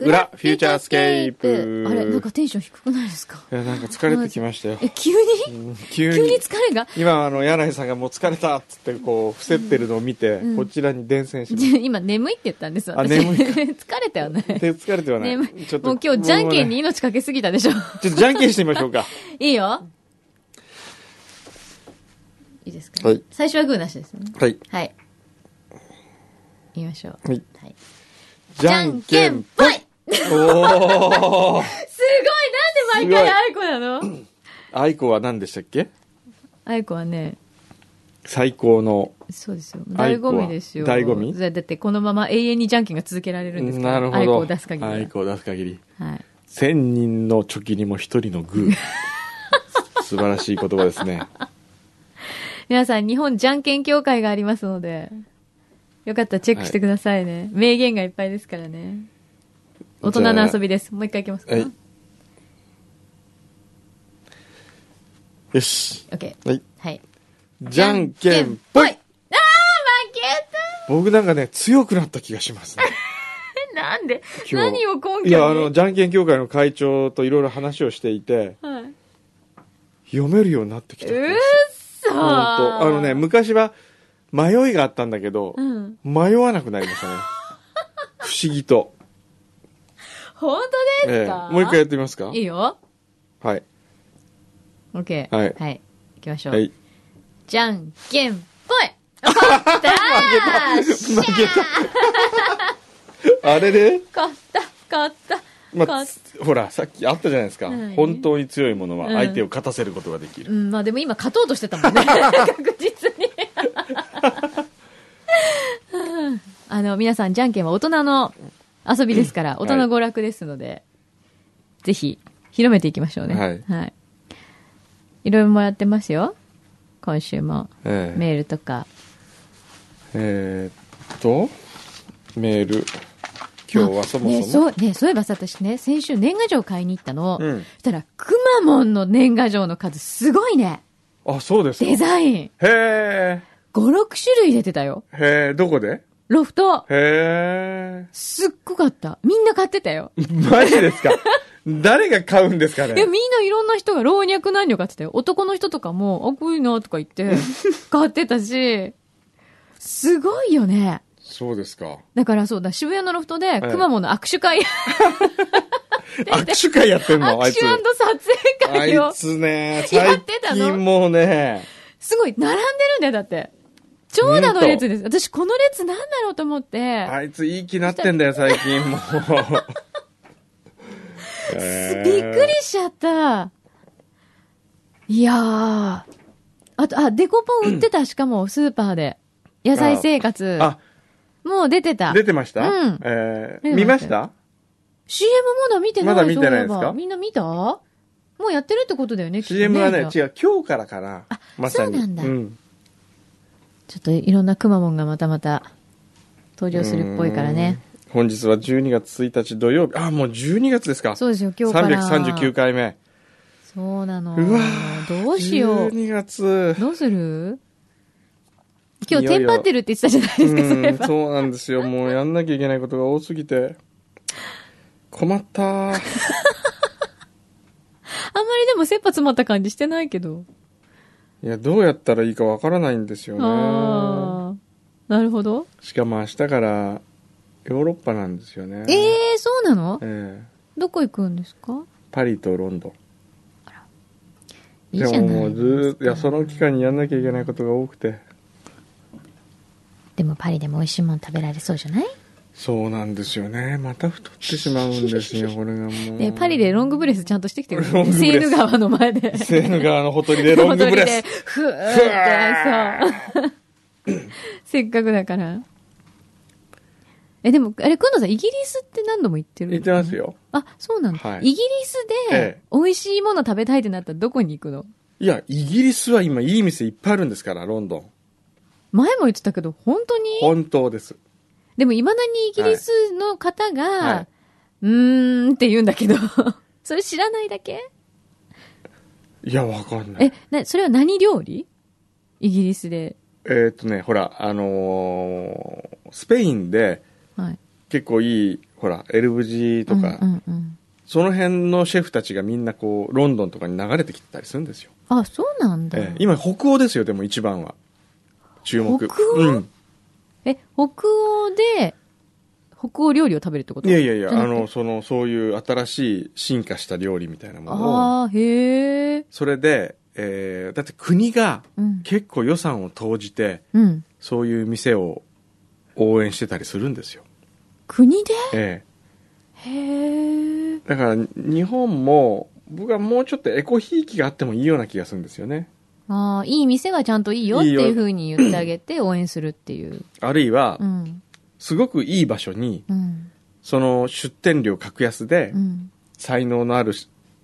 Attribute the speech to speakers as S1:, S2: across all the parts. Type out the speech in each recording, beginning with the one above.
S1: 裏フューチャースケープ
S2: あれなんかテンション低くないですか
S1: いや、なんか疲れてきましたよ。
S2: え急に
S1: 急
S2: 急に
S1: に。
S2: 疲れが
S1: 今、あの、柳井さんがもう疲れたっつって、こう、伏せってるのを見て、こちらに伝染しまし
S2: 今眠いって言ったんです
S1: あ
S2: 私
S1: 眠い
S2: 疲れ たよね
S1: た。手疲れてはない。
S2: 眠い
S1: ちょっと
S2: もう今日じゃんけん
S1: もうね
S2: に命かけすぎたでしょ
S1: ち ょっとじゃんけんしてみましょうか。
S2: いいよいいですか、
S1: はい
S2: 最初はグーなしですよね
S1: はい。
S2: はい言いましょう
S1: はい。
S2: はい
S1: じゃんけん。
S2: ぽいす
S1: おー。
S2: ごいなんで毎回あいこなの
S1: 愛子は何でしたっけ
S2: あいこはね
S1: 最高の。
S2: そうですよ。
S1: アイ
S2: 醍
S1: コは
S2: 醐味ですよ。
S1: 醍醐味
S2: だってこのまま永遠にじゃんけんが続けられるんですから。
S1: なるほど。
S2: アイコを出す限りは。
S1: 愛子を出す限り。
S2: はい。
S1: 千人のチョキにも一人の グー。素晴らしい言葉ですね。
S2: 皆さん、日本じゃんけん協会がありますので、よかったらチェックしてくださいね。名言がいっぱいですからね。大人の遊びです。もう一回いきますか。
S1: はい。よし。
S2: OK。
S1: はい。
S2: はい。
S1: じゃんけんぽい
S2: あー、負けた
S1: 僕なんかね、強くなった気がし ますね。
S2: えなんで
S1: 今日
S2: 何を根拠に
S1: いや、あの、じゃんけん協会の会長といろいろ話をしていて、
S2: はい。
S1: 読めるようになってき
S2: う
S1: た気がす
S2: っ
S1: る。
S2: そー
S1: 本当あのね、昔は迷いがあったんだけど、
S2: うん。
S1: 迷わなくなりま したね。不思議と。
S2: 本当で
S1: え
S2: すか、
S1: えもう一回やってみますか
S2: いいよ。
S1: はい。
S2: OK。
S1: はい
S2: はい。行きましょう。
S1: はい。
S2: じゃんけんぽ い勝ったー
S1: 負け た。あれで、
S2: 勝った勝った
S1: まあ
S2: 勝っ
S1: つほら、さっきあったじゃないですか
S2: はい。
S1: 本当に強いものは
S2: うん
S1: 相手を勝たせることができ
S2: う
S1: る。
S2: ん、まあでも今勝とうとしてたもん ね。確実に。 あの、皆さん、じゃんけんは大人の遊びですから、
S1: う
S2: 大
S1: ん
S2: 人の娯楽ですので、ぜひ、広めていきましょうね。
S1: はい
S2: はい。いろいろもやってますよ。今週も。
S1: ええ
S2: メールとか。
S1: えーっと、メール。今日はそも
S2: ね
S1: そも。
S2: そう、ねそういえばさ、私ね、先週年賀状買いに行ったの。
S1: うん
S2: そしたら、くまモンの年賀状の数すごいね。
S1: あ、そうですか。
S2: デザイン。
S1: へ
S2: 5、6種類出てたよ。
S1: え。へえ、どこで
S2: ロフト。
S1: へえ。
S2: すっごかった。みんな買ってたよ。
S1: マジです か誰が買うんですか
S2: いや、
S1: ね
S2: みんないろんな人が老若男女買ってたよ。男の人とかも、あ、こういうなとか 言って、買ってたし、すごいよね。
S1: そうですか。
S2: だからそうだ、渋谷のロフトで、
S1: い
S2: くまモンの握手会、
S1: 握手会やってんのあ
S2: 握
S1: いつ
S2: 手。撮影
S1: あ
S2: 会を
S1: い、つね、
S2: やっ
S1: 最
S2: てたの
S1: 近もうね、
S2: すごい、並んでるんだよ、だって。長蛇の列です。私、この列なんだろうと思って、
S1: あいついい気なってんだよ、最近 もう。へえ
S2: びっくりしちゃった。いやー。あと、あ、デコポン売 ってた、しかも、スーパーで。野菜生活。
S1: あ、
S2: もう出てた。
S1: 出てました
S2: うん
S1: え
S2: 出てました
S1: ー見ました
S2: CM まだ見てない
S1: まだ見てないですか
S2: そうえばみんな見たもうやってるってことだよね、きっと
S1: ?CM はね、
S2: じゃあ
S1: 違う、今日からかな。まさに。
S2: そうなんだ
S1: ん
S2: ちょっといろんなくまモンがまたまた登場するっぽいからね。
S1: うん。本日は12月1日土曜日。あ、もう12月ですか。
S2: そうですよ、今日から。
S1: 339回目。
S2: そうなの。
S1: うわー
S2: どうしよう。
S1: 12月。
S2: どうする今
S1: い
S2: 日、
S1: よい
S2: テ
S1: よ
S2: ンパってるって言ってたじゃない ですか、そういえ
S1: うん
S2: ば。
S1: そうなんですよ。もうやんなきゃいけないことが多すぎて。困 った。
S2: あんまりでも切羽詰まった感じしてないけど。
S1: いや、どうやったらいいかわからないんですよね。
S2: ああ。なるほど。
S1: しかも明日からヨーロッパなんですよね。
S2: ええー、そうなの
S1: ええ
S2: どこ行くんですか
S1: パリとロンドン。
S2: いいじ
S1: で
S2: ゃ
S1: も
S2: な
S1: も
S2: いう
S1: ず
S2: で
S1: ー
S2: す
S1: っと、いや、そ
S2: か。
S1: の期間にやんなきゃいけないことが多くて。
S2: でもパリでも美味しいもん食べられそうじゃない
S1: そうなんですよね。また太ってしまうんですよ、 これがもう。
S2: で、パリでロングブレスちゃんとしてきてくれ
S1: ロン
S2: る。
S1: グブレス
S2: セーヌ川の前で。
S1: セーヌ川のほとり でロングブレス。
S2: ス。ふーって、そう。 せっかくだから。え、でも、あれ、今度さん、イギリスって何度も行ってる
S1: 行ってます。よ。
S2: あ、そうなんだ。
S1: はい
S2: イギリス
S1: え
S2: で
S1: え、
S2: 美味しいもの食べたいってなったらどこに行くの
S1: いや、イギリスは今いい店いっぱいあるんですから、ロンドン。
S2: 前も言ってたけど、本当に
S1: 本当です。
S2: でも、未だにイギリスの方が、
S1: いはいう
S2: ーんって言うんだけど、 それ知らないだけ
S1: いや、わかんない。
S2: え、な、それは何料理イギリスで
S1: えーっとね、ほら、あのースペインで
S2: はい。
S1: 結構いい、ほら、LVG とか、
S2: うんうんうん。
S1: その辺のシェフたちがみんなこう、ロンドンとかに流れてきてたりするんですよ。
S2: あ、そうなんだ。
S1: ええ今、北欧ですよ、でも一番は。注目。
S2: 北欧
S1: うん。
S2: え、北欧で、北欧料理を食べるってこと
S1: いやいやいや、
S2: じゃ
S1: あ
S2: なくて
S1: の、その、そういう新しい進化した料理みたいなものを、
S2: ああ、へえ。
S1: それで、えー、だって国が
S2: うん。
S1: 結構予算を投じて、
S2: うん。
S1: そういう店を応援してたりするんですよ。
S2: 国で
S1: え
S2: へえ。
S1: え。だから、日本も、僕はもうちょっとエコひいきがあってもいいような気がするんですよね。
S2: ああ、いい店はちゃんといいよっていうふうに言ってあ げて応援するっていう。
S1: あるいは
S2: う、ん。
S1: すごくいい場所に、
S2: うん。
S1: その出店料格安で
S2: う、ん。
S1: 才能のある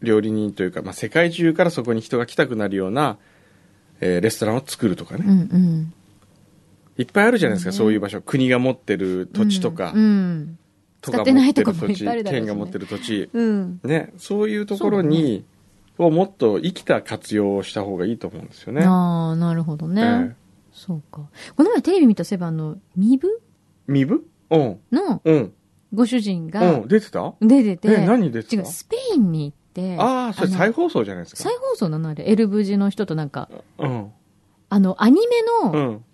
S1: 料理人というか、まあ、世界中からそこに人が来たくなるような、えーレストランを作るとかね、
S2: うん。うん。
S1: いっぱいあるじゃないですか、
S2: うんね
S1: そういう場所国が持ってる土地とか、
S2: うん。
S1: 都が
S2: 使ってな
S1: 持っ
S2: い
S1: てる
S2: とこも
S1: 土
S2: いっぱいある
S1: 地
S2: だろうし
S1: 県
S2: ね
S1: が持ってる土地、
S2: うん。
S1: ね、そういうところに、をもっと生きた活用をした方がいいと思うんですよね。
S2: ああ、なるほどね。
S1: ええ
S2: そうか。この前テレビ見たせば、あの、ミブ
S1: 身分うん
S2: の
S1: うん
S2: ご主人
S1: う
S2: が
S1: ん出てた
S2: 出てて、
S1: え何出て
S2: 違
S1: た
S2: う、スペインに行って、
S1: ああそれ
S2: の
S1: 再放送じゃないですか
S2: 再放送なのあれ、エルブジの人となんか、
S1: うん
S2: あの、アニメ
S1: う
S2: の
S1: ん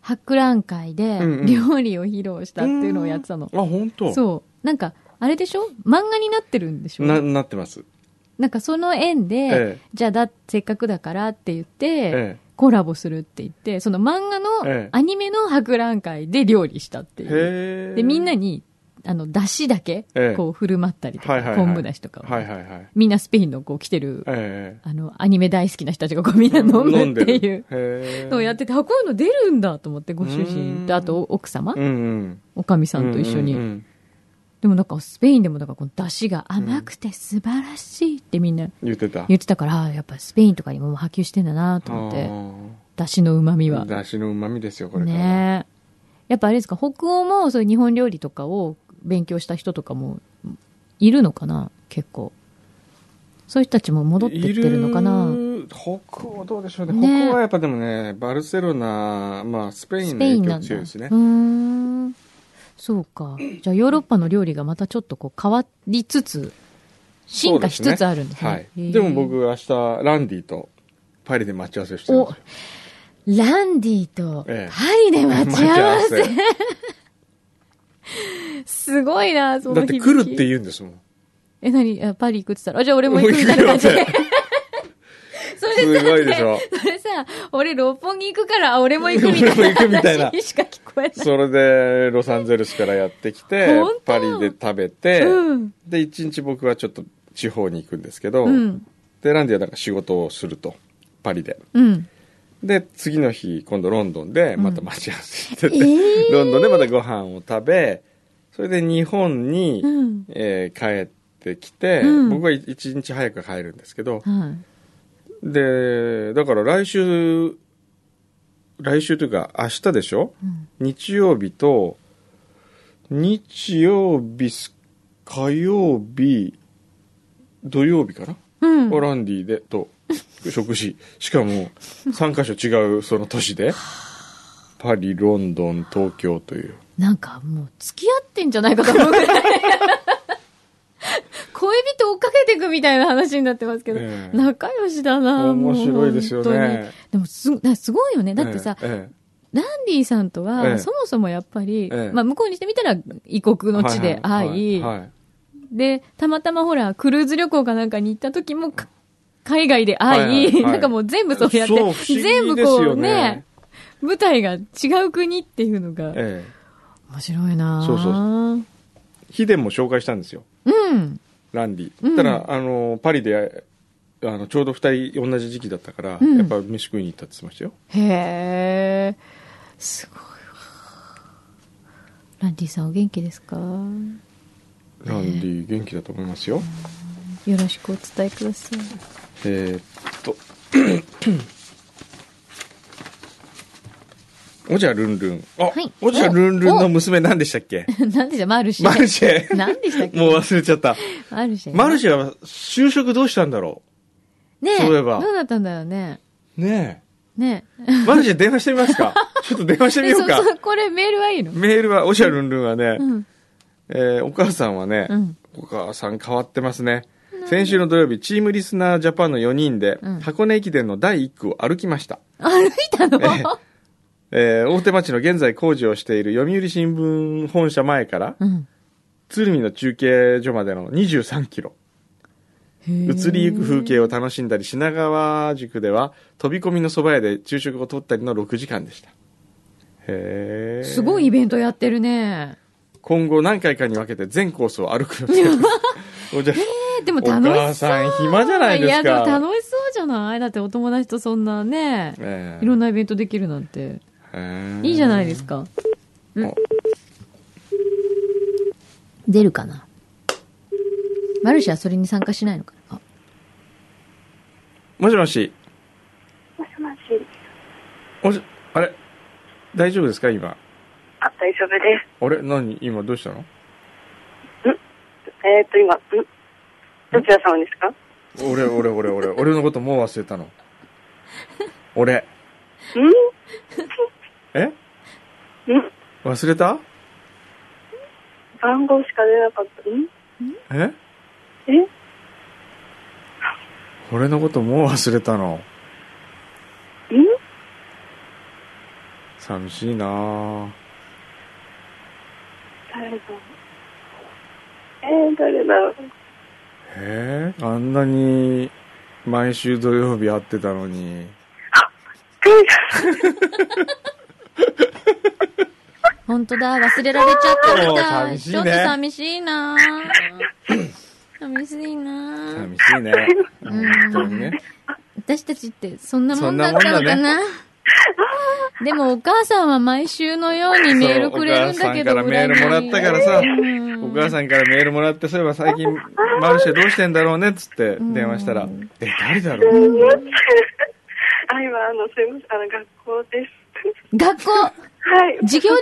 S2: 博覧会で
S1: うんうん
S2: 料理を披露したっていうのをやってたの。
S1: あ本当
S2: そう。なんか、あれでしょ漫画になってるんでしょ
S1: な
S2: な
S1: なってます
S2: んかその縁で、
S1: え
S2: じゃあだ、せっかくだからって言って、
S1: ええ
S2: コラボするって言って、その漫画
S1: ええ
S2: の、アニメの博覧会で料理したって
S1: え
S2: いう。
S1: へえ
S2: で、みんなに、あの、出汁だけ
S1: ええ、
S2: こう、振る舞ったりと
S1: はいはいは
S2: か、
S1: い
S2: 昆布出汁とかを
S1: はいはいはい
S2: みんなスペインのこう、来てる、
S1: え
S2: あの、アニメ大好きな人たちがこう、みん
S1: え
S2: な飲むっ
S1: で
S2: て
S1: る
S2: いう
S1: へえ
S2: のをやってて、あ、こういうの出るんだと思って、ご主
S1: う
S2: 人
S1: ん
S2: と、あと、奥様
S1: うんうん
S2: おかみさんと一緒
S1: うんうんう
S2: に。
S1: ん
S2: でもなんか、スペインでもなんか、この出汁が甘くて素晴らしいってみんな
S1: 言ってた
S2: 言ってたから、あやっぱスペインとかにももう波及してんだなと思って、出汁の旨味は。
S1: だしのうまみですよこれから
S2: ねえ。やっぱあれですか、北欧もそういう日本料理とかを勉強した人とかもいるのかな結構。そういう人たちも戻ってってるのかない
S1: る北欧どうでしょうね
S2: ね
S1: 北欧はやっぱでもねバルセロナまあスペイ
S2: ス
S1: ンの
S2: ペイ
S1: 影
S2: ンな
S1: 響
S2: んだ。
S1: 強いですね
S2: うーん。そうか。じゃあヨーロッパの料理がまたちょっとこう変わりつつ、進化しつつあるんですね。
S1: はい
S2: へえ
S1: でも僕明日ランディとパリで待ち合わせしてるんですよ
S2: ランディと
S1: ええ
S2: パリで待ち合わせ。
S1: 待ち 合わ
S2: すごいな、その
S1: だって
S2: 響き
S1: 来るって言うんですもん
S2: え、なに、あパリ行くって言ったら、あじゃあ俺も行くみたいな感じ
S1: もう
S2: で
S1: 行。くよ
S2: それ
S1: すごいでしょ
S2: それさ、俺六本木行くから、あ俺も行くみたい
S1: 俺も
S2: な
S1: 行くみたいな
S2: 話にしか聞こえない。
S1: それでロサンゼルスからやってきて
S2: 本当
S1: パリで食べて、
S2: うん。
S1: で1日僕はちょっと地方に行くんですけど、
S2: うん。
S1: でランディはなんか仕事をするとパリで
S2: うん。
S1: で次の日今度ロンドンでまた待ち合わせしてて、
S2: えー
S1: ロンドンでまたご飯を食べそれで日本に、
S2: うん。
S1: えー帰ってきて、
S2: うん
S1: 僕は1日早く帰るんですけど
S2: はい。
S1: でだから来週来週というか明日でしょ
S2: うん
S1: 日曜日と日曜日す火曜日土曜日かな、
S2: うん。
S1: オランディでと食事しかも3カ所違うその都市でパリロンドン東京という
S2: なんかもう付き合ってんじゃないかと思うぐらい。恋人追っかけていくみたいな話になってますけど、
S1: ええ
S2: 仲良しだなもう
S1: 面白いですよね
S2: 本当にでもす、だからすごいよね。だってさ、
S1: え
S2: ランディさんとは、
S1: ええ
S2: そもそもやっぱり、
S1: ええ
S2: まあ向こうにしてみたら異国
S1: え
S2: の地で
S1: は
S2: 会
S1: い
S2: い、
S1: はいはいはい
S2: で、たまたまほら、クルーズ旅行かなんかに行った時も、か海外で会い、
S1: はいはいはい
S2: なんかもう全部そうやっ
S1: そう
S2: て、
S1: 不思議
S2: 全部
S1: です
S2: こ
S1: よ
S2: うね
S1: ね、
S2: 舞台が違う国っていうのが、
S1: ええ
S2: 面白いなぁ
S1: そうヒデも紹介したんですよ
S2: うん。
S1: ランディ。
S2: うん
S1: たら、あの、パリで、あの、ちょうど二人同じ時期だったから、
S2: うん
S1: やっぱ飯食いに行ったって言ってましたよ。
S2: へえ、すごいわ。ランディさんお元気ですかよ
S1: ランディ、元気だと思いますよ。
S2: ろしくお伝えください。
S1: えーっと。 おじゃるんるん。あ、
S2: はい
S1: おじゃるんるんの娘何でしたっけ
S2: なんでじゃ、マルシェ。
S1: マルシェ。
S2: 何でしたっけ
S1: もう忘れちゃった。
S2: マルシェ。
S1: マルシェは就職どうしたんだろ
S2: ねえ。
S1: そういえば
S2: どうなったんだろうね。
S1: う。ね
S2: ね
S1: マジで電話してみますかちょっと電話してみようか
S2: えそそこれメールはいいの
S1: メールはおしゃるんるんはね、
S2: うん。
S1: えーお母さんはね、
S2: うん
S1: お母さん変わってますね先週の土曜日チームリスナージャパンの4人で、
S2: うん
S1: 箱根駅伝の第1区を歩きました
S2: 歩いたの、
S1: ええー大手町の現在工事をしている読売新聞本社前から
S2: うん。
S1: 鶴見の中継所までの2 3キロ移りゆく風景を楽しんだり品川宿では飛び込みのそば屋で昼食をとったりの6時間でしたへえ
S2: すごいイベントやってるね。
S1: 今後何回かに分けて全コースを歩く予定です おじゃ
S2: えでも
S1: お
S2: 楽しそう。
S1: 母さん暇じゃないですか
S2: いや、でも楽しそうじゃないだってお友達とそんなね、
S1: え
S2: いろんなイベントできるなんて。
S1: え
S2: いいじゃないですか。うん
S1: お
S2: 出るかなマルシェはそれに参加しないのかなあ
S1: もしもし
S3: もしもし。
S1: もしあれ大丈夫ですか今
S3: あ、大丈夫で
S1: あれ何今どうしたの
S3: す。えっ、ー、と、今、んどちら様ですかん
S1: 俺俺俺俺俺のこともう忘れたの俺え
S3: ん
S1: 忘れた
S3: 番号しか出なかった。ん
S1: え
S3: え
S1: 俺のこともう忘れたの
S3: ん
S1: 寂しいなぁ
S3: 誰だえー、誰だろう
S1: えーあんなに毎週土曜日会ってたのに
S2: 本当だ、忘れられちゃったみた
S1: おー寂
S2: い。
S1: しいね
S2: ちょっと寂しいな 寂しいな
S1: 寂しいね
S2: ん
S1: 本当にね
S2: 私たちってそんなもんだったのか
S1: そん
S2: な、でもお母さんは毎週のようにメールくれるんだけど、
S1: そうお母さんから
S2: 裏
S1: メール
S2: に
S1: もらったからさ
S2: うん
S1: お母さんからメールもらってそういえば最近マルシェどうしてんだろうねっつって
S2: ん
S1: 電話したら「え誰だろう?
S3: あ、今、あの、すいません。あの、学校です。
S2: 学校
S3: はい。
S2: 授業中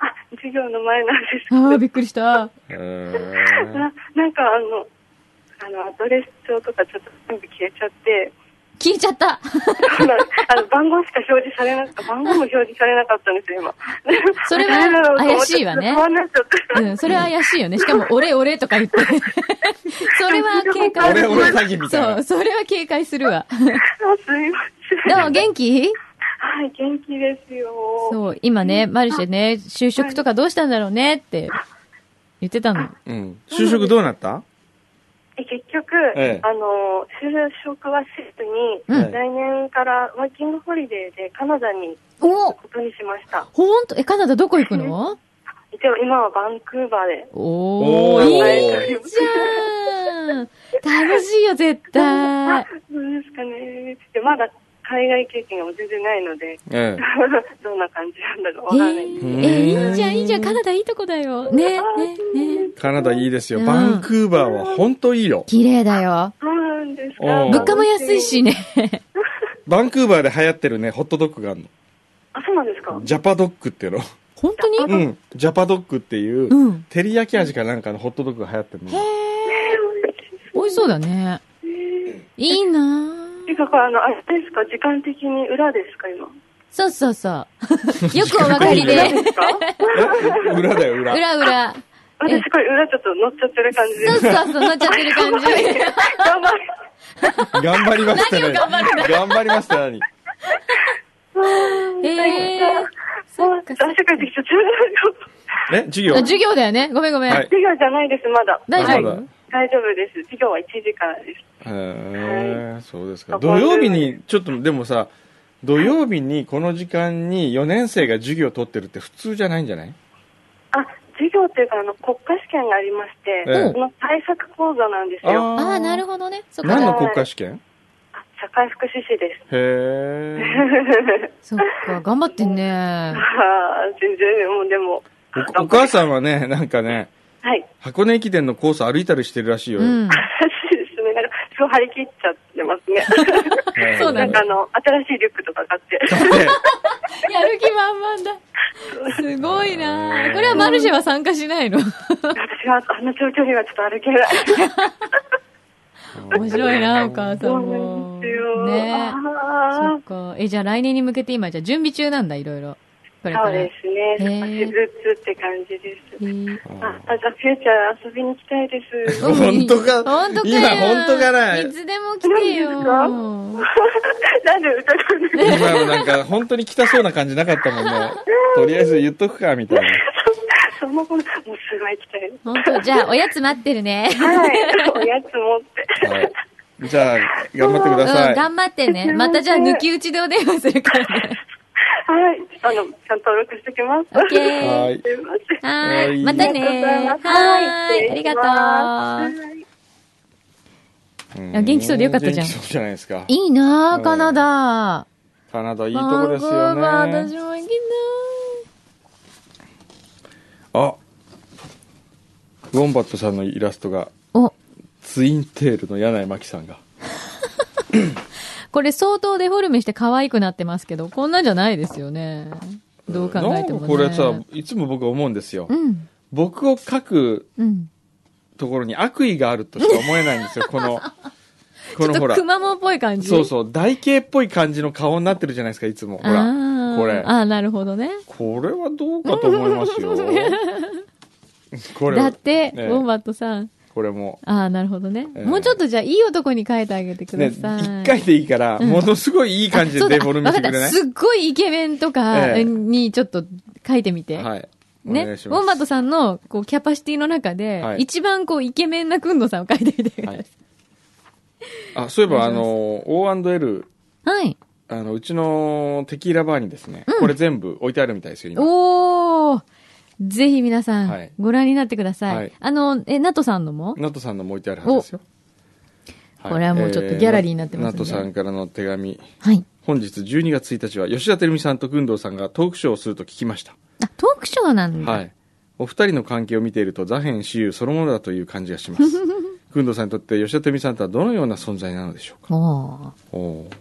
S3: あ、授業の前なんですけど。
S2: ああ、びっくりした。」
S1: え
S3: ななんか、あの、あの、アドレス帳とかちょっと全部消えちゃって、
S2: 消えちゃった。
S3: そうなんあの、番号しか表示されなかった。番号も表示されなかったんですよ、今。
S2: それは
S3: 誰だろうと思って
S2: 怪しいわね
S3: ちょっと不安になっちゃった。
S2: うん、それは怪しいよね。しかも、俺、俺とか言って。それは警戒する。
S1: 俺俺詐欺みたいな
S2: そう、それは警戒するわ。
S3: あ、すいません。
S2: どう、元気
S3: はい、元気ですよ。
S2: そう、今ね、マルシェね、就職とかどうしたんだろうねって言ってたの。
S1: ーうん就職どうなった
S3: え結局、
S1: ええ
S3: あの、就職はせずに、
S1: うん
S3: 来年からワーキングホリデーでカナダに
S2: お
S3: 行くことにしました。
S2: ほんと、え、カナダどこ行くの
S3: 一応今はバンクーバーで。
S2: お
S1: お
S2: ー、
S1: ー
S2: い いじゃん楽しいよ、絶対。
S3: どうですかね。でまだ海外経験が全然ないので、
S1: え
S3: どんな感じなんだかわ
S2: え
S3: からない。
S2: ー、えーいいじゃん、いいじゃん、カナダいいとこだよ。ね、ね、ね。
S1: えカナダいいですよ
S2: うん
S1: バンクーバーは本当いいよ
S2: 綺麗だよ。
S3: そうなんですか。
S1: おー
S2: 物価も安い。しね。
S1: バンクーバーで流行ってるねホットドッグがあるの
S3: あ、そうなんですか。
S1: ジャパドッグっていうの
S2: 本当に。
S1: うんジャパドッグっていううん照り焼き味かなんかのホットドッグが流行ってる
S2: へ
S1: の
S2: え。美味しそうだね。いいなぁ
S3: てか、これあの、あれですか、時間的に裏ですか、今。
S2: そうそうそう。よくお分かり
S3: 裏で
S2: で。
S3: すか
S1: え裏だよ裏
S2: 裏裏。
S3: 私、これ裏ちょっと乗っちゃってる感じで
S2: そうそ
S3: す。
S2: うそう、乗っちゃってる感 じ。
S3: 頑張れ。
S1: 頑張りますって何
S2: 何を頑張
S1: 頑張りますって何
S2: ええ。そっか。
S3: 大社会的途中
S1: え授業
S2: 授業だよね。ごめんごめ
S1: はい
S2: ん。
S3: 授業じゃないです、まだ。
S2: 大
S1: ま
S2: 丈
S1: だ
S2: 夫
S3: 大丈夫です。授業は1時からです。
S1: へえ、そうですか。
S3: そ
S1: 土
S3: こで
S1: 曜日に、ちょっと、でもさ、土曜日にこの時間に4年生が授業を取ってるって普通じゃないんじゃない
S3: あ、授業というか、あの、国家試験がありまして、
S1: ええ
S3: その対策講座なんですよ。
S2: ああ、なるほどね。そっ
S1: 何の
S2: か。
S1: 国家試験
S3: あ社会福祉士です。
S1: へ
S2: そっか。頑張ってんね。
S3: あー全然、もうでも。
S1: え。おお母さんはね、なんかね、
S3: はい。
S1: 箱根駅伝のコース歩いたりしてるらしいよ。
S2: うん。
S3: 私ですね、なんか、すごい張り切っちゃってますね。
S1: へえ
S2: そう
S3: なん かあの、新しいリュックとか買って。
S1: で
S2: やる気満々だ。すごいなぁこれはマルシェは参加しないの。
S3: 私は、あの長距離はちょっと歩けない。
S2: 面白いな、お母さん
S3: そうな
S2: も。
S3: ん ですよ。
S2: ねそ
S3: あ
S2: っか。え、じゃあ来年に向けて今、じゃあ準備中なんだ、いろいろ。これ
S3: あ、
S2: か
S3: そう
S2: ら。
S3: ですね。
S2: へー
S3: 少しずつって感じです。
S2: へえ
S3: あ、あじゃあ、フューチャー遊びに行きたいです。
S1: うん本当か
S2: 本当かよ
S1: 今本当かない
S2: つでも来てよ。
S3: なんで疑うんですか
S1: 今のなんか本当に来たそうな感じなかったもん ね。とりあえず言っとくか、みたいな。
S3: そんなこと、もうすごい行きたいです。
S2: 本当じゃあ、おやつ待ってるね。
S3: はい。おやつ持って。
S1: はい。じゃあ、頑張ってく
S2: うん、
S1: ださい。
S2: 頑張ってね。またじゃあ、抜き打ちでお電話するからね。
S3: はい。あの、ちゃんと登録してきます。
S2: オッケー。
S1: は。
S2: はい
S3: すいません。
S1: は
S2: ー
S1: い
S2: い。またね
S3: ありがとうございます
S2: はーい。あり
S3: は
S2: が
S3: い
S2: とう。
S1: うん
S2: や元気そうでよかったじゃん
S1: 元気そうじゃないですか。
S2: いいな
S1: うん
S2: ぁ、カナダ。
S1: カナダいいとこですよね。
S2: バンクーバー私も行きたい。
S1: あウォンバットさんのイラストが
S2: お、
S1: ツインテールの柳井真紀さんが
S2: これ相当デフォルメして可愛くなってますけど、こんなんじゃないですよね。どう考えても
S1: なんか
S2: ね。
S1: これさいつも僕思うんですよ、
S2: うん。
S1: 僕を書く
S2: うん。
S1: ところに悪意があるとしか思えないん ですよこのこの
S2: ち
S1: ほ
S2: ょっと
S1: ら
S2: くまモンっぽい感じ。
S1: そうそう台形っぽい感じの顔になってるじゃないですかいつもほら
S2: あー
S1: これ
S2: あー、なるほどね。
S1: これはどうかと思いますよ これ
S2: だって、
S1: ね
S2: ウォンバットさん。
S1: これも
S2: ああ、なるほどね。
S1: ええ
S2: もうちょっとじゃあ、いい男に書いてあげてく
S1: ね
S2: だ
S1: 一
S2: さい。
S1: 回でいいから、ものすごいいい感じでデフォルメしてくれ
S2: あ
S1: ない
S2: そうだわかったすっごいイケメンとか
S1: ええ
S2: にちょっと書いてみて。
S1: はいお
S2: ね。ウ
S1: 願いしま
S2: ォ
S1: す
S2: ンバットさんの、こう、キャパシティの中で、
S1: はい
S2: 一番こう、イケメンなくんどさんを書いてみてください。
S1: あそういえばあ
S2: お願いします
S1: の O&L
S2: はい。
S1: あのうちのテキーラバーにですね、これ全部置いてあるみたいですよ今
S2: おーぜひ皆さ
S1: はい
S2: ん、ご覧になってください。
S1: はい
S2: あの、え、ナトさんのも
S1: ナトさんのも置いてあるはずですよ、い
S2: これはもうちょっとギャラリーになってますね
S1: ナトさんからの手紙
S2: はい。
S1: 本日12月1日は吉田照美さんと工藤さんがトークショーをすると聞きました、
S2: あ、トークショーなんだ。
S1: はいお二人の関係を見ていると座辺私有そのものだという感じがし ます工藤さんにとって吉田照美さんとはどのような存在なのでしょうか
S2: お
S1: おー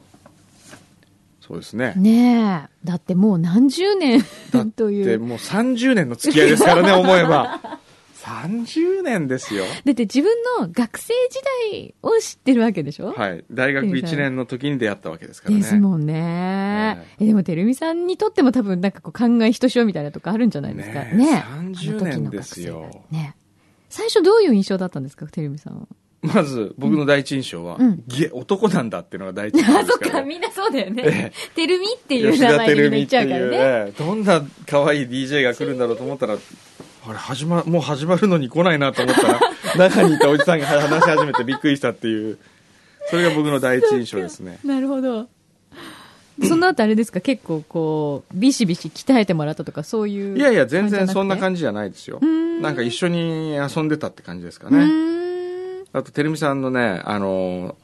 S1: そうですね
S2: ーねえ。だってもう何十年
S1: だっ
S2: とい
S1: て
S2: う。
S1: もう30年の付き合いですから ね思えば30年ですよ
S2: だって自分の学生時代を知ってるわけでしょ
S1: はい大学1年の時に出会ったわけですからね
S2: ですもんね。
S1: ね
S2: え、でも、てるみさんにとっても多分、なんかこう、考えひとしおみたいなとこあるんじゃないですか。
S1: ね
S2: ね
S1: え
S2: え
S1: 30
S2: あの時
S1: 年
S2: の
S1: ですよ
S2: 学生がねえ最初どういう印象だったんですか、てるみさんは。
S1: まず僕の第一印象は、
S2: うん
S1: ゲ男なんだっていうのが第一印象
S2: あ、
S1: で
S2: そ
S1: す
S2: っ
S1: から
S2: か、
S1: ね、
S2: みんなそうだよ
S1: え
S2: ね。てるみっていう
S1: 吉
S2: 名
S1: 田
S2: 前で
S1: 照
S2: みん
S1: 美
S2: な言っ
S1: っ
S2: ち
S1: て
S2: ゃ
S1: いう
S2: からね。
S1: うねどんな可愛い DJ が来るんだろうと思ったらあれ始まもう始まるのに来ないなと思ったら 中にいたおじさんが話し始めてびっくりしたっていうそれが僕の第一印象ですね
S2: なるほど。その後あれですか、結構こう、ビシビシ鍛えてもらったとか、そういう。
S1: いやいや全然そんな感じじゃないですよ
S2: ん
S1: なんか一緒に遊んでたって感じですか
S2: じう
S1: ね
S2: ーん。
S1: あと、てるみさんのね、あの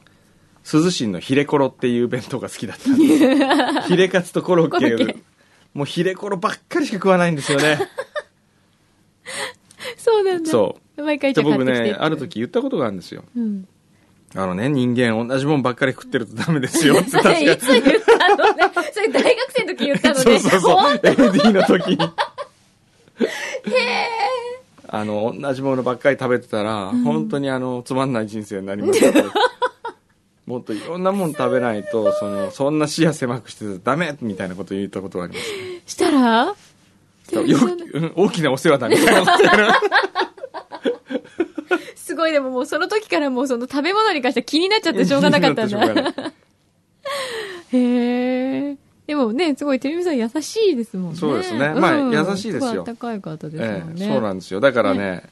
S1: ー、涼しいのヒレコロっていう弁当が好きだったん で、ヒレカツとコロッケ
S2: コロッケ
S1: もうヒレコロばっかりしか食わないんですよ ね。
S2: そうなんだ。。
S1: そう
S2: 毎回
S1: で
S2: じゃあ買って
S1: 僕
S2: きてって
S1: ね、ある。時言ったことがあるんですよ。
S2: うん。
S1: あのね、人間同じもんばっかり食ってるとダメです よって
S2: そ
S1: 確か
S2: れいつ言ったのね。それ大学生の時言ったのね。
S1: そうそうそう
S2: 本。
S1: AD の時に。あの、同じものばっかり食べてたら、本当にあの、つまんない人生になります よもっといろんなもん食べないと、その、そんな視野狭くしてたらダメみたいなこと言ったことがあります。
S2: したら
S1: よくうん大きなお世話だみたいなこと言うの
S2: すごい、でももうその時からもうその食べ物に関しては気になっちゃってしょうがなかったん
S1: 気に なってしょう
S2: だ。
S1: がない
S2: へえ。でもね、すごい、テレビさん優しいですもんね。
S1: そうですねまあ優しいですよ
S2: ご温かい方です
S1: え
S2: もん
S1: え
S2: ね。
S1: そうなんですよ。だからね、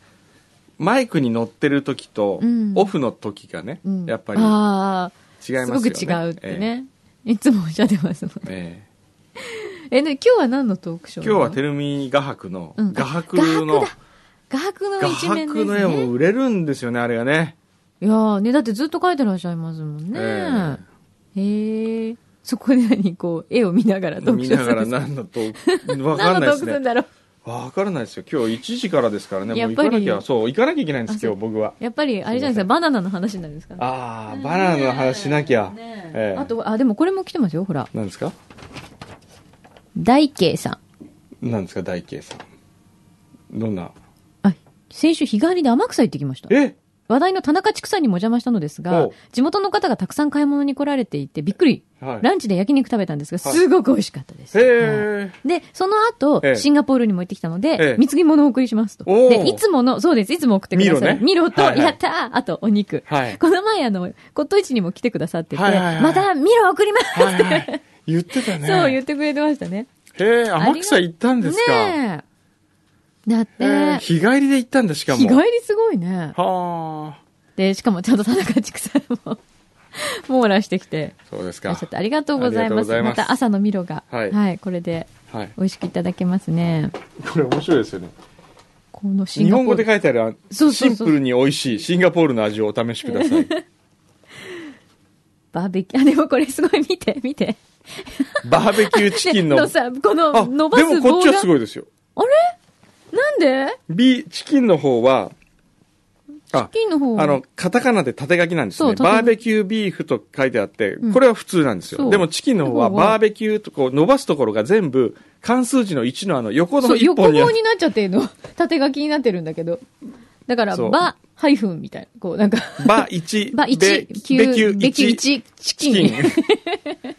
S1: マイクに乗ってる時と
S2: うん、
S1: オフの時がね
S2: うん、
S1: やっぱり違い
S2: あ
S1: ます
S2: あ、
S1: よ
S2: す
S1: ね。
S2: ごく違うって
S1: え
S2: ね。いつもおっしゃってますもん
S1: え。
S2: ね。
S1: ええ
S2: え、ね、今日は何のトークショー
S1: 今日はテ
S2: レ
S1: ルミ画伯の、
S2: うん
S1: 画伯の、
S2: 画伯の
S1: 画
S2: 一面
S1: 伯
S2: です
S1: の絵も
S2: ね。
S1: 売れるんですよね、あれがね。
S2: いやーね、だってずっと描いてらっしゃいますもんね。
S1: え
S2: へえ。そこで何こう、絵を見ながら読
S1: 見
S2: 書
S1: な
S2: す
S1: が
S2: る
S1: ら
S2: んです
S1: 何のトーク、わ
S2: か
S1: かん
S2: 何
S1: ないで
S2: のトー
S1: す
S2: クするん
S1: ね。
S2: だろう。
S1: わからないですよ。今日1時からですからね、も
S2: や
S1: う
S2: っ
S1: 行
S2: ぱり
S1: かなきゃ、そう、行かなきゃいけないんです、今日僕は。
S2: やっぱり、あれじゃないですか、バナナの話になるんですかね。
S1: あー、バナナの話しなきゃ。
S2: ね
S1: え
S2: え
S1: え
S2: あ、と、あ、でもこれも来てますよ、ほら。
S1: 何ですか
S2: 大慶さん。
S1: 何ですか、大慶さん。どんな。
S2: あ、先週日帰りで天草行ってきました。
S1: え
S2: 話題の田中畜産にもお邪魔したのですが
S1: お、
S2: 地元の方がたくさん買い物に来られていて、びっくり。
S1: はい。
S2: ランチで焼肉食べたんですが、
S1: はい
S2: すごく美味しかったです。
S1: へ
S2: は
S1: え。
S2: いで、その後、
S1: ええ
S2: シンガポールにも行ってきたの
S1: ええ
S2: で、貢ぎ物をお送りしますと。
S1: おー
S2: で、いつもの、そうです、いつも送ってくださる。
S1: ミ
S2: ミ
S1: ロ
S2: ロ,、
S1: ね
S2: と、
S1: はいはい
S2: やったーあと、お肉。
S1: はい
S2: この前、あの、骨董市にも来てくださってて、
S1: はいはいはい
S2: またミロ送ります、
S1: はいはい。言ってたね。
S2: そう言ってくれてましたね。
S1: へえ、天草行ったんですか。
S2: ねえ。だっ
S1: へえ
S2: て、
S1: 日帰りで行ったんだ、しかも。
S2: 日帰りすごいね。
S1: はあ。
S2: で、しかもちゃんと田中畜産も、網羅してきて、
S1: そうです
S2: いら
S1: か
S2: っしゃっ。てありがとうございま
S1: ありがとうご
S2: す。
S1: ざいま
S2: ますた朝のミロが、
S1: はい
S2: これで
S1: はい。
S2: 美味しくいただけますね。
S1: これ面白いですよね。
S2: このシン
S1: 日
S2: ガポ
S1: 本
S2: ー
S1: 語
S2: ル
S1: で。書いてあるあ
S2: そうそうそう
S1: シンプルに美味しいシンガポールの味をお試しくだ さい。
S2: バーベキュー、あ、で もこれすごい見て、見て。
S1: バーベキューチキンの。
S2: のさ、この
S1: あ、
S2: 伸ば
S1: ですもこ
S2: 棒
S1: っ
S2: が。
S1: ちはすごいですよ。
S2: なんで
S1: B、チキンの方は、あ、
S2: 金の方は
S1: あの、、カタカナで縦書きなんです
S2: そ
S1: ね。
S2: う縦書き
S1: バーベキュービーフと書いてあって、
S2: ん
S1: これは普通なんです
S2: そ
S1: よ。
S2: う
S1: でもチキンの方は
S2: ここは
S1: バーベキューとこう伸ばすところが全部関数字の1のあの横の
S2: そう、
S1: 1
S2: 横
S1: 本
S2: 棒
S1: にある
S2: になっちゃってるの。 縦書きになってるんだけど。だから、
S1: そう
S2: バ、ハイフンみたいな。こう、なんか、
S1: バ1、
S2: バ
S1: ベ
S2: 1、
S1: ベキュ
S2: 9、
S1: ー
S2: ベキュー
S1: 1、チ
S2: 1、チ
S1: キ
S2: キン
S1: ン。。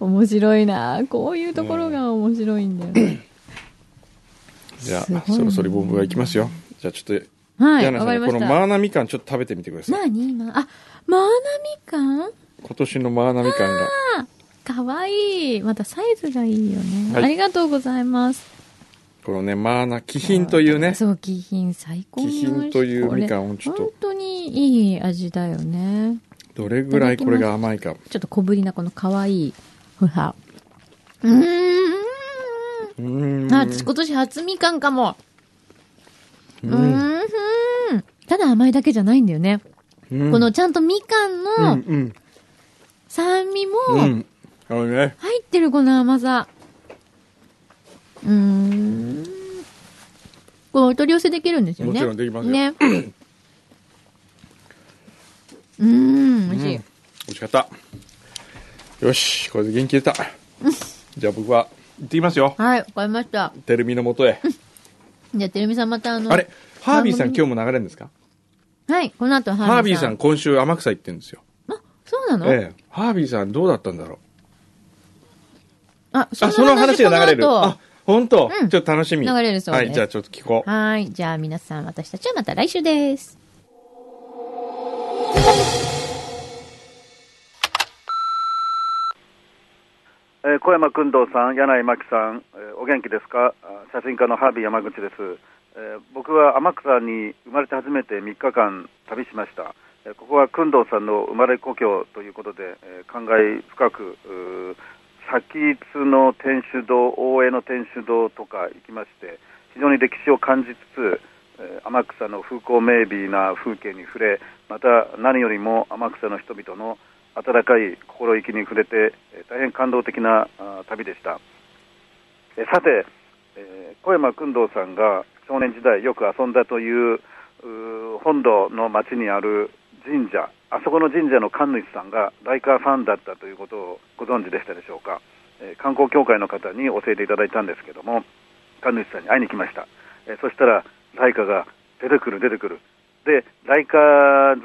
S2: 面白いなこういうところが面白いんだ よね。
S1: じゃ
S2: すごい
S1: あ、
S2: ね
S1: そろそろボンブがいきますよ。じゃあちょっと、
S2: はい、
S1: 柳
S2: わ
S1: さ
S2: か
S1: ん
S2: り
S1: ね
S2: ま
S1: この
S2: した。
S1: マーナミカンちょっと食べてみてください。
S2: なにま、あ、マーナミカン
S1: 今年のマーナミカンが。
S2: かわいい。またサイズがいいよね。
S1: はい
S2: ありがとうございます。
S1: このね、マーナ、気品というね。
S2: そう、気品最高に美味しい。
S1: 気品というみかんを
S2: これ
S1: ちょっと
S2: 本当にいい味だよね。
S1: どれぐらいこれが甘いか。
S2: ちょっと小ぶりなこのかわいい。ほら。うーん。
S1: うーん。
S2: あ、私今年初みかんかも。
S1: う
S2: うんーん。ただ甘いだけじゃないんだよね。
S1: うん
S2: このちゃんとみかん
S1: うん、
S2: の
S1: うん。
S2: 酸味も
S1: うん。あのね、
S2: 入ってるこの甘さ。うーん。これお取り寄せできるんですよね。
S1: もちろんできますよ
S2: ね。うーん、美味しい。
S1: 美味しかった。よし、これで元気出た。じゃあ僕は、行ってきますよ。
S2: はい、わかりました。
S1: てるみのもとへ。
S2: じゃあ、てるみさんまたあの、
S1: あれハービーさん
S2: 番
S1: 今
S2: 組
S1: 日も流れるんですか
S2: はい、この後は
S1: ハービーさん。今週天草行ってるんですよ。
S2: あ、そうなの、
S1: ええ。ハービーさんどうだったんだろう
S2: あ、
S1: あ、その話が流れる。
S2: この後
S1: あ、本当、
S2: うん
S1: ちょっと楽しみ。
S2: 流れるそうです
S1: はい、じゃあちょっと聞こう。
S2: はい。じゃあ皆さん、私たちはまた来週です。
S4: えー小山君堂さん、柳井真紀さん、えーお元気ですかあ写真家のハービー山口です、えー僕は天草に生まれて初めて3日間旅しました、えーここは君堂さんの生まれ故郷ということで、えー感慨深くうー先津の天主堂大江の天主堂とか行きまして非常に歴史を感じつつえー天草の風光明媚な風景に触れまた何よりも天草の人々の温かい心意気に触れてえー大変感動的なあー旅でしたえーさて、えー小山君堂さんが少年時代よく遊んだといううー本土の町にある神社あそこの神社の神主さんがライカーファンだったということをご存知でしたでしょうか、えー観光協会の方に教えていただいたんですけども神主さんに会いに来ました、えーそしたらライカが出てくる出てくるでライカ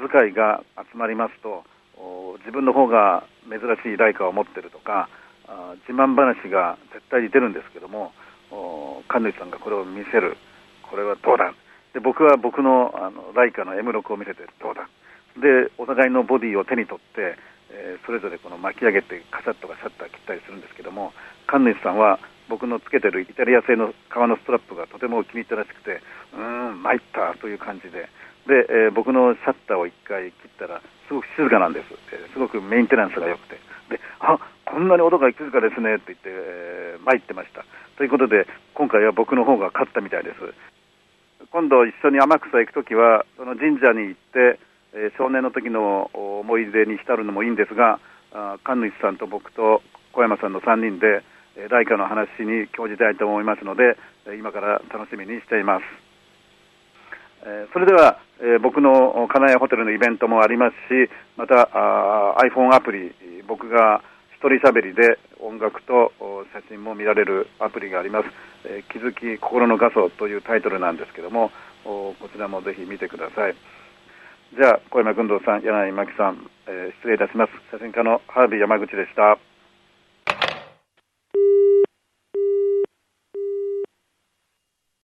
S4: 使いが集まりますとお自分の方が珍しいライカを持ってるとかあ自慢話が絶対に出るんですけどもお神主さんがこれを見せるこれはどうだで僕は僕のあのライカの M6 を見せてどうだでお互いのボディを手に取って、えーそれぞれこの巻き上げてカシャッとかシャッター切ったりするんですけども神主さんは僕のつけてるイタリア製の革のストラップがとても気に入ったらしくてうーん参ったという感じでで、えー僕のシャッターを1回切ったらすごく静かなんです、えーすごくメンテナンスが良くてであこんなに音が静かですねって言って、えー参ってましたということで今回は僕の方が勝ったみたいです今度一緒に天草行くときはその神社に行って、えー少年の時のお思い出に浸るのもいいんですがあー神主さんと僕と小山さんの3人で、えー、ライカの話に興じたいと思いますのでえー今から楽しみにしています、えーそれでは、えー僕のお金谷ホテルのイベントもありますしまたあー iPhone アプリえー僕が一人喋りで音楽とお写真も見られるアプリがあります、えー気づき心の画素というタイトルなんですけどもおおこちらもぜひ見てくださいじゃあ小山君堂さん柳井真紀さん、えー失礼いたします写真家のハービー山口でした